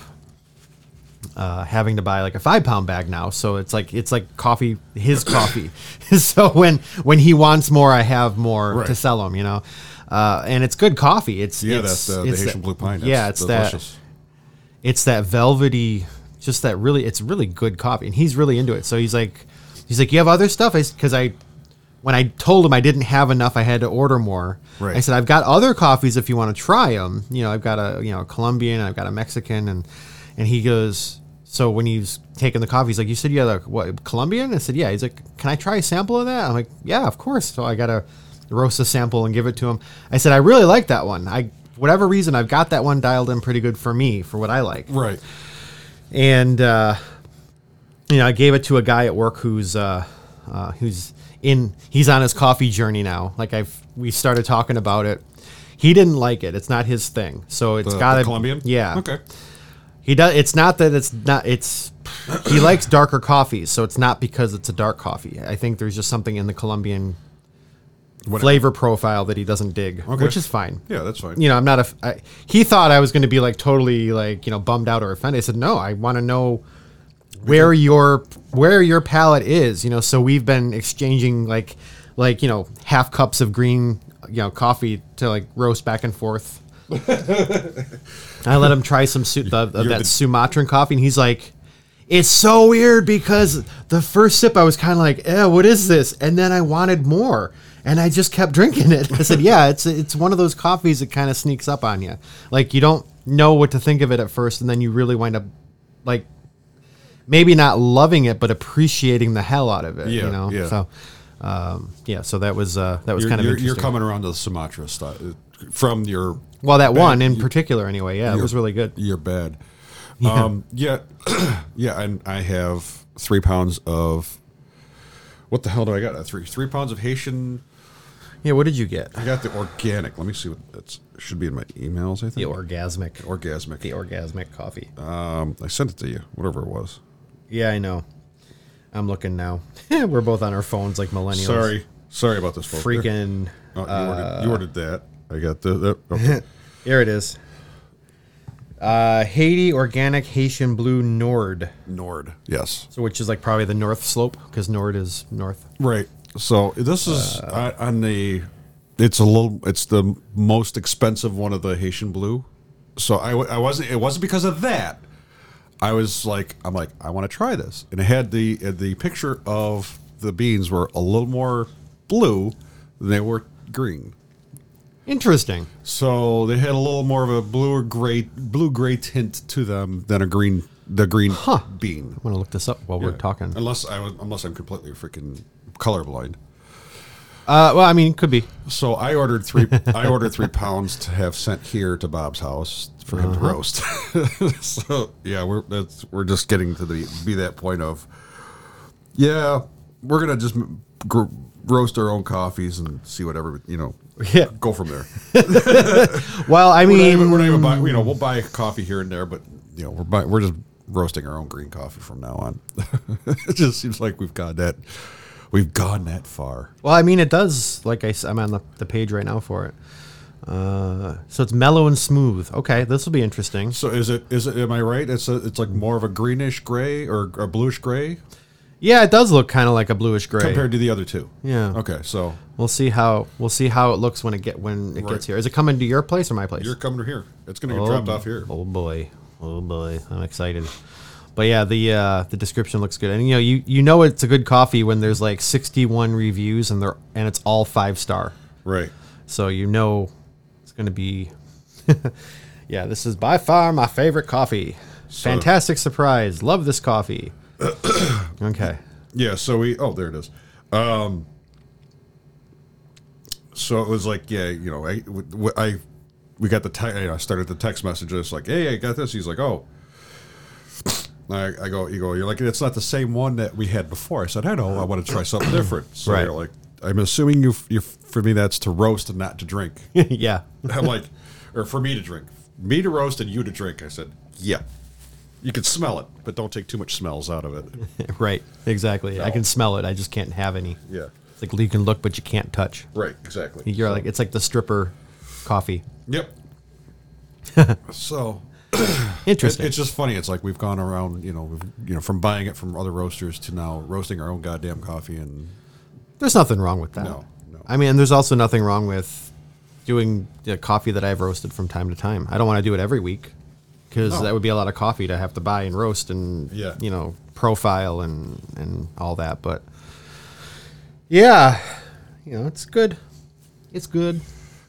Speaker 1: uh, having to buy like a five pound bag now. So it's like it's like coffee, his coffee. so when when he wants more, I have more
Speaker 2: Right.
Speaker 1: to sell him. You know, uh, and it's good coffee. It's
Speaker 2: Yeah,
Speaker 1: it's,
Speaker 2: that's uh, the, the
Speaker 1: it's
Speaker 2: Haitian
Speaker 1: that-
Speaker 2: blue pine. That's
Speaker 1: yeah, it's that
Speaker 2: delicious.
Speaker 1: it's that velvety, just that really, it's really good coffee, and he's really into it. So he's like, he's like, you have other stuff, because I, when I told him I didn't have enough, I had to order more.
Speaker 2: Right.
Speaker 1: I said I've got other coffees if you want to try them. You know, I've got a you know a Colombian, I've got a Mexican, and and he goes. So when he's taking the coffee, he's like, "You said you had a what Colombian?" I said, "Yeah." He's like, "Can I try a sample of that?" I'm like, "Yeah, of course." So I gotta roast a sample and give it to him. I said, "I really like that one. I whatever reason, I've got that one dialed in pretty good for me for what I like."
Speaker 2: Right.
Speaker 1: and uh, you know, I gave it to a guy at work who's uh, uh, who's in he's on his coffee journey now. Like I've we started talking about it. He didn't like it. It's not his thing. So it's
Speaker 2: The,
Speaker 1: got
Speaker 2: the
Speaker 1: to
Speaker 2: Colombian.
Speaker 1: Yeah.
Speaker 2: Okay.
Speaker 1: He does. It's not that it's not. It's he likes darker coffees. So it's not because it's a dark coffee. I think there's just something in the Colombian
Speaker 2: Whatever.
Speaker 1: flavor profile that he doesn't dig,
Speaker 2: Okay.
Speaker 1: which is fine
Speaker 2: Yeah, that's fine.
Speaker 1: you know, I'm not a. f- I, he thought I was going to be like totally like you know bummed out or offended. I said no, I want to know where your where your palate is. You know, so we've been exchanging like like you know half cups of green you know coffee to like roast back and forth. I let him try some su- the, of
Speaker 2: You're
Speaker 1: that
Speaker 2: the-
Speaker 1: Sumatran coffee, and he's like. It's so weird because the first sip I was kind of like, eh, what is this? And then I wanted more, and I just kept drinking it. I said, yeah, it's it's one of those coffees that kind of sneaks up on you. Like you don't know what to think of it at first, and then you really wind up like maybe not loving it, but appreciating the hell out of it.
Speaker 2: Yeah,
Speaker 1: you know.
Speaker 2: yeah.
Speaker 1: So, um, yeah. So that was uh, that was
Speaker 2: you're,
Speaker 1: kind of
Speaker 2: you're,
Speaker 1: interesting.
Speaker 2: you're coming around to the Sumatra style from your
Speaker 1: well, that one in
Speaker 2: you-
Speaker 1: particular, anyway. Yeah, it was really good.
Speaker 2: your bed. Um, yeah, yeah, and I have three pounds of what the hell do I got? Uh, Three three pounds of Haitian.
Speaker 1: Yeah. What did you get?
Speaker 2: I got the organic. Let me see what that's should be in my emails. I think
Speaker 1: The orgasmic.
Speaker 2: orgasmic.
Speaker 1: the orgasmic coffee.
Speaker 2: um, I sent it to you. Whatever it was.
Speaker 1: Yeah, I know. I'm looking now. We're both on our phones like millennials.
Speaker 2: Sorry, sorry about this. folks.
Speaker 1: Freaking. uh,
Speaker 2: Oh, you, ordered, you ordered that. I got the. the okay.
Speaker 1: Here it is. Uh, Haiti Organic Haitian Blue Nord.
Speaker 2: Nord. Yes.
Speaker 1: So, which is like probably the North Slope because Nord is north.
Speaker 2: Right. So this is uh, on the. It's a little. It's the most expensive one of the Haitian blue. So I, wa- I wasn't. It wasn't because of that. I was like, I'm like, I want to try this, and it had the uh, the picture of the beans were a little more blue than they were green.
Speaker 1: Interesting.
Speaker 2: So they had a little more of a blue or gray blue gray tint to them than a green the green bean.
Speaker 1: I'm going to look this up while we're talking. Uh,
Speaker 2: Unless I was, unless I'm completely freaking colorblind.
Speaker 1: well, I mean, could be.
Speaker 2: So I ordered three. I ordered three pounds to have sent here to Bob's house for him to roast. so yeah, we're that's, we're just getting to the be that point of yeah, we're gonna just gr- roast our own coffees and see whatever you know.
Speaker 1: Yeah.
Speaker 2: go from there.
Speaker 1: Well, I
Speaker 2: We're not
Speaker 1: mean,
Speaker 2: even, we're not even buying. You know, we'll buy coffee here and there, but you know, we're buy, we're just roasting our own green coffee from now on. it just seems like we've gone that we've gone that far.
Speaker 1: well, I mean, it does. Like I, am on the, the page right now for it. Uh, so it's mellow and smooth. Okay, this will be interesting.
Speaker 2: So is it is it am I right? It's a, it's like more of a greenish gray or a bluish gray.
Speaker 1: Yeah, it does look kind of like a bluish gray.
Speaker 2: compared to the other two.
Speaker 1: Yeah.
Speaker 2: Okay, so
Speaker 1: We'll see how we'll see how it looks when it get when it
Speaker 2: Right.
Speaker 1: gets here. Is it coming to your place or my place?
Speaker 2: you're coming here. It's going to get dropped off here.
Speaker 1: Oh boy, oh boy, I'm excited. But yeah, the uh, the description looks good, and you know you you know it's a good coffee when there's like 61 reviews and they're and it's all five star,
Speaker 2: Right.
Speaker 1: so you know it's gonna be. yeah, this is by far my favorite coffee. Fantastic surprise! Love this coffee. okay,
Speaker 2: Yeah, so we oh there it is. Um so it was like yeah, you know, I w- w- I- we got the te- you know, I started the text message it's like, "Hey, I got this." He's like, "Oh." I, I go, you go, you're like, "It's not the same one that we had before." I said, "I know, I want to try something different." So
Speaker 1: Right.
Speaker 2: you're like, "I'm assuming you you for me that's to roast and not to drink."
Speaker 1: yeah,
Speaker 2: I'm like, or for me to drink. Me to roast and you to drink. I said, "Yeah." You can smell it, but don't take too much smells out of it.
Speaker 1: right, exactly. I
Speaker 2: No.
Speaker 1: can smell it. I just can't have any.
Speaker 2: Yeah.
Speaker 1: It's like you can look, but you can't touch.
Speaker 2: Right, exactly.
Speaker 1: You're like it's like the stripper coffee.
Speaker 2: Yep. so it,
Speaker 1: Interesting.
Speaker 2: it's just funny. It's like we've gone around, you know, we've, you know, from buying it from other roasters to now roasting our own goddamn coffee, and
Speaker 1: there's nothing wrong with that.
Speaker 2: No, no.
Speaker 1: I mean, and there's also nothing wrong with doing the coffee that I've roasted from time to time. I don't want to do it every week because
Speaker 2: No.
Speaker 1: that would be a lot of coffee to have to buy and roast and
Speaker 2: Yeah.
Speaker 1: you know profile and and all that. But yeah, you know, it's good. It's good.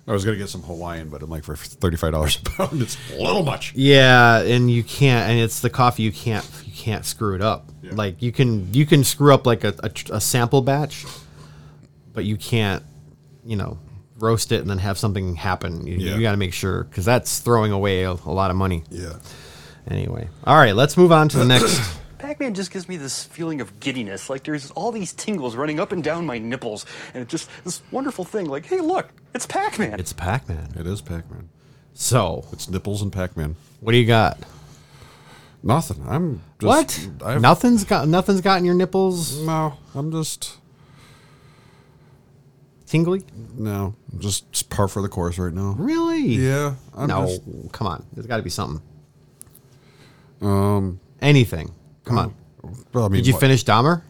Speaker 2: I was gonna get some Hawaiian, but I'm like for thirty five dollars a pound, it's a little much.
Speaker 1: Yeah, and you can't, and it's the coffee you can't, you can't screw it up.
Speaker 2: Yeah.
Speaker 1: Like you can, you can screw up like a, a, tr- a sample batch, but you can't, you know, roast it and then have something happen. You,
Speaker 2: Yeah.
Speaker 1: you got to make sure because that's throwing away a, a lot of money.
Speaker 2: Yeah,
Speaker 1: Anyway, all right, let's move on to the next.
Speaker 4: Pac-Man just gives me this feeling of giddiness, like there's all these tingles running up and down my nipples, and it's just this wonderful thing. Like, hey, look, it's Pac-Man.
Speaker 1: It's Pac Man.
Speaker 2: it is Pac Man.
Speaker 1: So,
Speaker 2: It's nipples and Pac Man.
Speaker 1: what do you got?
Speaker 2: Nothing. I'm just,
Speaker 1: what?
Speaker 2: I've,
Speaker 1: nothing's got nothing's gotten your nipples
Speaker 2: No, I'm just
Speaker 1: tingly.
Speaker 2: no, I'm just it's par for the course right now.
Speaker 1: Really?
Speaker 2: Yeah, I'm
Speaker 1: no,
Speaker 2: just-
Speaker 1: come on. There's got to be something. Um, anything. Come on.
Speaker 2: well, I mean,
Speaker 1: Did you
Speaker 2: what-
Speaker 1: finish Dahmer?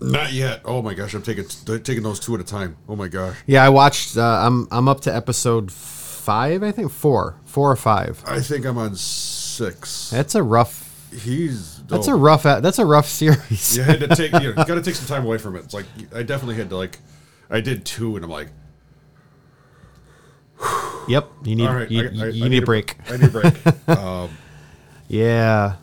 Speaker 2: Not yet. Oh my gosh, I'm taking taking those two at a time. Oh my gosh.
Speaker 1: Yeah, I watched. Uh, I'm I'm up to episode five, I think four, four or five.
Speaker 2: I think I'm on six.
Speaker 1: That's a rough.
Speaker 2: He's
Speaker 1: That's
Speaker 2: oh.
Speaker 1: a rough. That's a rough series.
Speaker 2: You had to take. You got to take some time away from it. It's like I definitely had to like. I did two, and I'm like,
Speaker 1: Yep. You need
Speaker 2: all right,
Speaker 1: you,
Speaker 2: I, I-
Speaker 1: you-
Speaker 2: I
Speaker 1: you need, a break.
Speaker 2: I need a break. um,
Speaker 1: Yeah.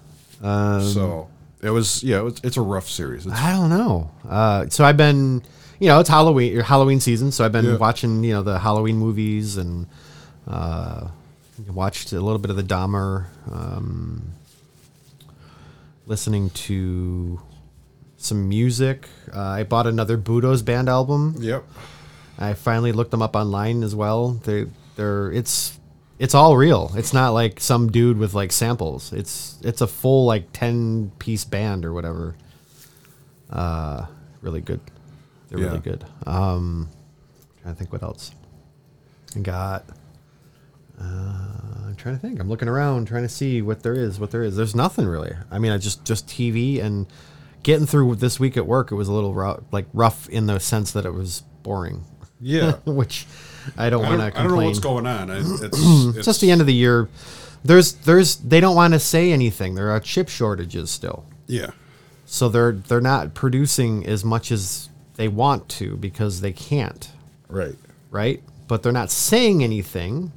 Speaker 2: so it was, yeah, it was, it's a rough series. It's,
Speaker 1: I don't know. Uh, so I've been, you know, it's Halloween or Halloween season, so I've been
Speaker 2: Yeah.
Speaker 1: watching, you know, the Halloween movies and uh, watched a little bit of the Dahmer. Um, listening to some music. Uh, I bought another Budo's band album.
Speaker 2: yep.
Speaker 1: I finally looked them up online as well. They they're it's it's all real. It's not like some dude with like samples. It's it's a full like ten piece band or whatever. Uh really good. They're
Speaker 2: Yeah.
Speaker 1: really good. Um trying to think what else. I got uh, I'm trying to think. I'm looking around, trying to see what there is, what there is. There's nothing really. I mean, I just just TV and getting through this week at work. It was a little rough, like rough in the sense that it was boring,
Speaker 2: Yeah.
Speaker 1: which I don't
Speaker 2: I
Speaker 1: want
Speaker 2: don't,
Speaker 1: to
Speaker 2: I don't know
Speaker 1: complain.
Speaker 2: what's going on. I, it's, it's
Speaker 1: It's just the end of the year. There's there's they don't want to say anything. There are chip shortages still,
Speaker 2: Yeah.
Speaker 1: so they're they're not producing as much as they want to because they can't
Speaker 2: Right.
Speaker 1: right? But they're not saying anything.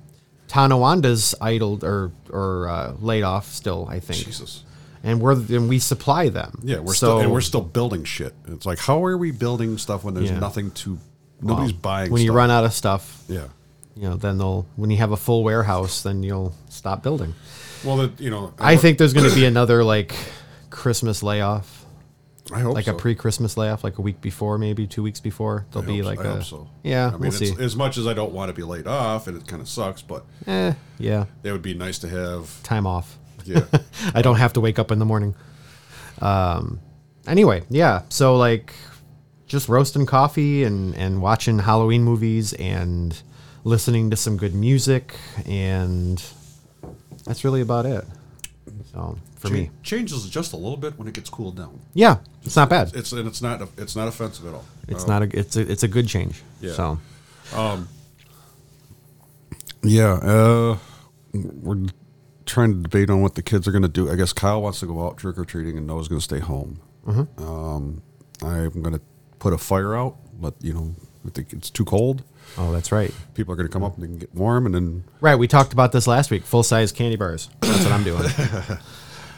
Speaker 1: Tanawanda's idled or or uh, laid off still, I think.
Speaker 2: Jesus.
Speaker 1: And we're and we supply them.
Speaker 2: Yeah, we're
Speaker 1: so
Speaker 2: still and we're still building shit. It's like, how are we building stuff when there's
Speaker 1: Yeah.
Speaker 2: nothing to?
Speaker 1: well,
Speaker 2: Nobody's buying.
Speaker 1: When you
Speaker 2: stuff?
Speaker 1: run out of stuff,
Speaker 2: Yeah.
Speaker 1: you know, then they'll when you have a full warehouse, then you'll stop building.
Speaker 2: Well, that you know,
Speaker 1: I think there's going to be another like Christmas layoff,
Speaker 2: I hope
Speaker 1: like a
Speaker 2: so.
Speaker 1: pre-Christmas layoff, like a week before, maybe two weeks before. There'll
Speaker 2: I
Speaker 1: be
Speaker 2: hope so-
Speaker 1: like
Speaker 2: I
Speaker 1: a
Speaker 2: hope so.
Speaker 1: yeah,
Speaker 2: I mean,
Speaker 1: we'll
Speaker 2: it's,
Speaker 1: see.
Speaker 2: as much as I don't want to be laid off, and it kind of sucks, but
Speaker 1: eh, yeah,
Speaker 2: it would be nice to have.
Speaker 1: time off.
Speaker 2: Yeah,
Speaker 1: I don't have to wake up in the morning. Um, anyway, yeah. So like, just roasting coffee and and watching Halloween movies and listening to some good music and that's really about it. So for
Speaker 2: Cha-
Speaker 1: me,
Speaker 2: changes just a little bit when it gets cooled down.
Speaker 1: yeah, it's not bad.
Speaker 2: It's and it's not it's not offensive at all.
Speaker 1: It's
Speaker 2: Uh,
Speaker 1: not a it's a, it's a good change.
Speaker 2: Yeah.
Speaker 1: So
Speaker 2: Yeah, uh, we're trying to debate on what the kids are going to do. I guess Kyle wants to go out trick or treating, and Noah's going to stay home. Mm-hmm. Um, I'm going to put a fire out, but you know, I think it's too cold.
Speaker 1: oh, that's right.
Speaker 2: People are going to come up and they can get warm, and then
Speaker 1: Right, we talked about this last week. Full size candy bars. That's what I'm doing.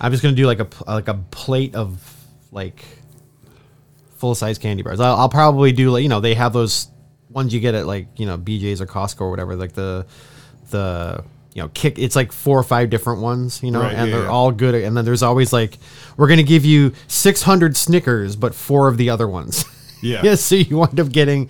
Speaker 1: I'm just gonna do like a pl- like a plate of like full size candy bars. I'll, I'll probably do like you know they have those ones you get at like you know BJ's or Costco or whatever. Like the the you know kick. It's like four or five different ones. You know,
Speaker 2: Right,
Speaker 1: and
Speaker 2: yeah,
Speaker 1: they're
Speaker 2: yeah.
Speaker 1: all good. And then there's always like we're gonna give you 600 Snickers, but four of the other ones.
Speaker 2: Yeah.
Speaker 1: yeah. So you wind up getting.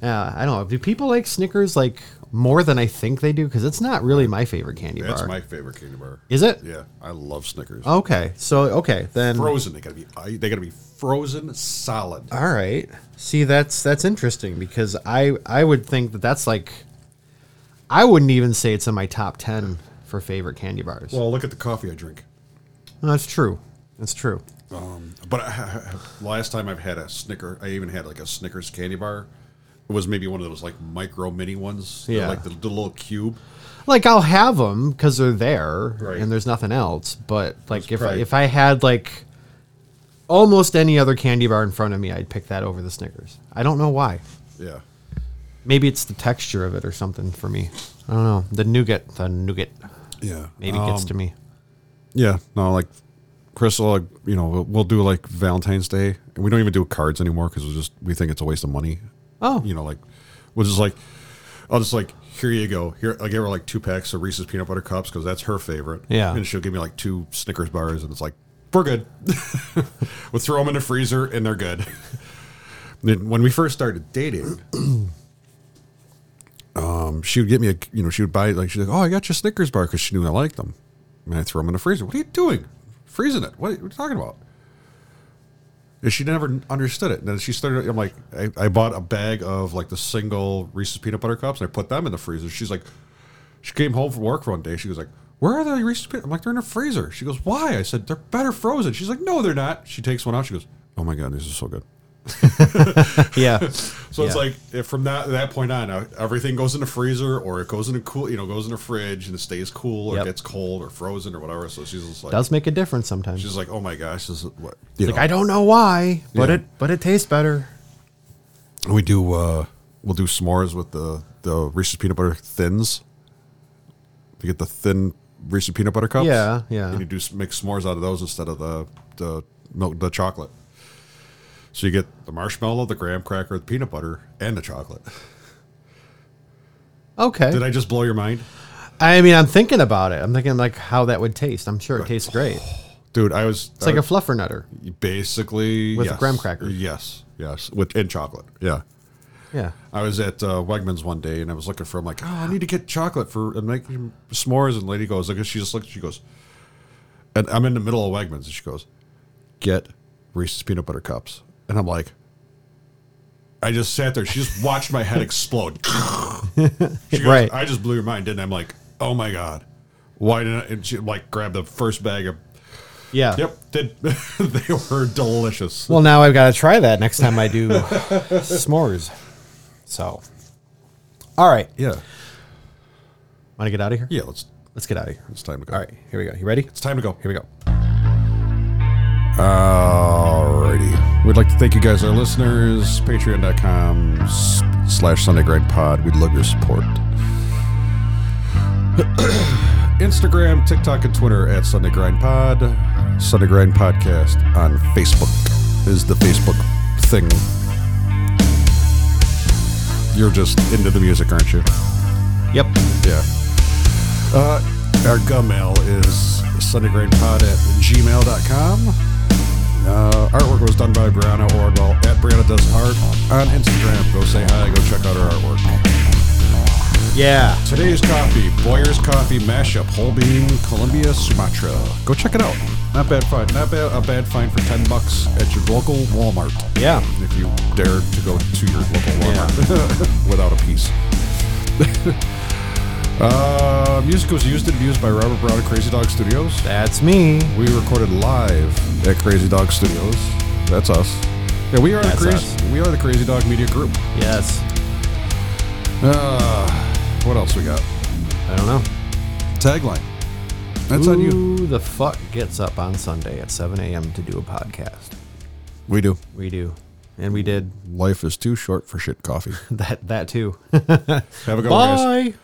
Speaker 1: Uh, I don't know. Do people like Snickers like more than I think they do? Because it's not really my favorite candy
Speaker 2: that's
Speaker 1: bar.
Speaker 2: my favorite candy bar. Oh,
Speaker 1: Is it?
Speaker 2: Yeah, I love Snickers.
Speaker 1: Okay. So okay then.
Speaker 2: Frozen, they got to be I- they got to be frozen solid.
Speaker 1: All right. See, that's that's interesting because I I would think that that's like, I wouldn't even say it's in my top ten for favorite candy bars.
Speaker 2: Well, look at the coffee I drink.
Speaker 1: No, that's true. That's true.
Speaker 2: Um, but I, last time I've had a Snicker, I even had like a Snickers candy bar. It was maybe one of those like micro mini ones. They're
Speaker 1: Yeah.
Speaker 2: like the, the little cube.
Speaker 1: Like I'll have them because they're there
Speaker 2: Right.
Speaker 1: and there's nothing else. But like
Speaker 2: That's
Speaker 1: if I,
Speaker 2: right.
Speaker 1: if I had like almost any other candy bar in front of me, I'd pick that over the Snickers. I don't know why.
Speaker 2: Yeah.
Speaker 1: Maybe it's the texture of it or something for me. I don't know. The nougat, the nougat,
Speaker 2: Yeah.
Speaker 1: maybe
Speaker 2: Um.
Speaker 1: gets to me.
Speaker 2: Yeah. No, like Crystal, like, you know, we'll, we'll do like Valentine's Day. And we don't even do cards anymore because we just, we think it's a waste of money.
Speaker 1: Oh.
Speaker 2: You know, like, we'll just like, I'll just like, here you go. Here, I give her like two packs of Reese's peanut butter cups because that's her favorite.
Speaker 1: Yeah.
Speaker 2: And she'll give me like two Snickers bars and it's like, we're good. we'll throw them in the freezer and they're good. Then when we first started dating, um, she would get me a, you know, she would buy like she's like, oh, I got your Snickers bar because she knew I liked them, and I throw them in the freezer. What are you doing? Freezing it? What are you, what are you talking about? And she never understood it. And then she started. I'm like, I, I bought a bag of like the single Reese's peanut butter cups, and I put them in the freezer. She's like, she came home from work one day. She was like, where are the Reese's peanut? I'm like, they're in the freezer. She goes, why? I said, they're better frozen. She's like, no, they're not. She takes one out. She goes, oh my god, these are so good.
Speaker 1: Yeah.
Speaker 2: So it's
Speaker 1: Yeah.
Speaker 2: like if from that that point on, uh, everything goes in the freezer or it goes in a cool, you know, goes in a fridge and it stays cool or
Speaker 1: Yep.
Speaker 2: gets cold or frozen or whatever. So she's just like,
Speaker 1: Does make a difference sometimes.
Speaker 2: she's like, oh my gosh, this is what you
Speaker 1: like
Speaker 2: know.
Speaker 1: I don't know why, but
Speaker 2: Yeah.
Speaker 1: it but it tastes better.
Speaker 2: we do. Uh, we'll do s'mores with the the Reese's peanut butter thins. You get the thin Reese's peanut butter cups.
Speaker 1: Yeah, yeah.
Speaker 2: And you do s- make s'mores out of those instead of the the milk, the chocolate. So you get the marshmallow, the graham cracker, the peanut butter, and the chocolate.
Speaker 1: Okay.
Speaker 2: Did I just blow your mind?
Speaker 1: I mean, I'm thinking about it. I'm thinking like how that would taste. I'm sure it tastes great. It's
Speaker 2: Dude, I was
Speaker 1: like a fluffer nutter.
Speaker 2: Basically,
Speaker 1: With a
Speaker 2: yes.
Speaker 1: graham cracker.
Speaker 2: Yes, yes, with and chocolate. Yeah,
Speaker 1: Yeah.
Speaker 2: I was at uh, Wegmans one day and I was looking for. I'm like, oh, I need to get chocolate for and make s'mores. And lady goes, I guess she just looked. She goes, and I'm in the middle of Wegmans and she goes, get Reese's peanut butter cups. And I'm like, I just sat there. She just watched my head explode. she goes,
Speaker 1: Right.
Speaker 2: I just blew your mind, didn't I? I'm like, oh my god, why didn't I? And she like grabbed the first bag of.
Speaker 1: Yeah.
Speaker 2: Yep, did they were delicious.
Speaker 1: Well, now I've got to try that next time I do s'mores. So, all right.
Speaker 2: Yeah.
Speaker 1: Want to get out of here?
Speaker 2: Yeah, let's
Speaker 1: Let's get out of here.
Speaker 2: it's time to go.
Speaker 1: All right. Here we go. You ready?
Speaker 2: It's time to go.
Speaker 1: Here we go.
Speaker 2: Alrighty. We'd like to thank you guys, our listeners. Patreon.com s- slash Sunday Grind Pod. We'd love your support. Instagram, TikTok, and Twitter at Sunday Grind Pod. Sunday Grind Podcast on Facebook is the Facebook thing. You're just into the music, aren't you?
Speaker 1: Yep.
Speaker 2: Yeah. Uh, our gmail is sundaygrainpod at gmail.com. Uh, artwork was done by Brianna Ordwell at Brianna Does Art on Instagram. Go say hi, go check out her artwork.
Speaker 1: Yeah.
Speaker 2: Today's coffee, Boyer's Coffee Mashup, Whole Bean, Columbia, Sumatra. Go check it out. Not bad find. Not bad, a bad find for 10 bucks at your local Walmart.
Speaker 1: Yeah.
Speaker 2: If you dare to go to your local Walmart without a piece. Uh, Uh, music was used and abused by Robert Brown at Crazy Dog Studios.
Speaker 1: That's me.
Speaker 2: We recorded live at Crazy Dog Studios. That's us. Yeah, we are the
Speaker 1: That's
Speaker 2: crazy.
Speaker 1: us.
Speaker 2: We are the Crazy Dog Media Group.
Speaker 1: Yes.
Speaker 2: Uh, what else we got?
Speaker 1: I don't know.
Speaker 2: Tagline. That's on you.
Speaker 1: Who the fuck gets up on Sunday at 7 a.m. to do a podcast?
Speaker 2: We do.
Speaker 1: We do. And we did
Speaker 2: Life is too short for shit coffee.
Speaker 1: that that too.
Speaker 2: Have a good one, guys.
Speaker 1: Bye.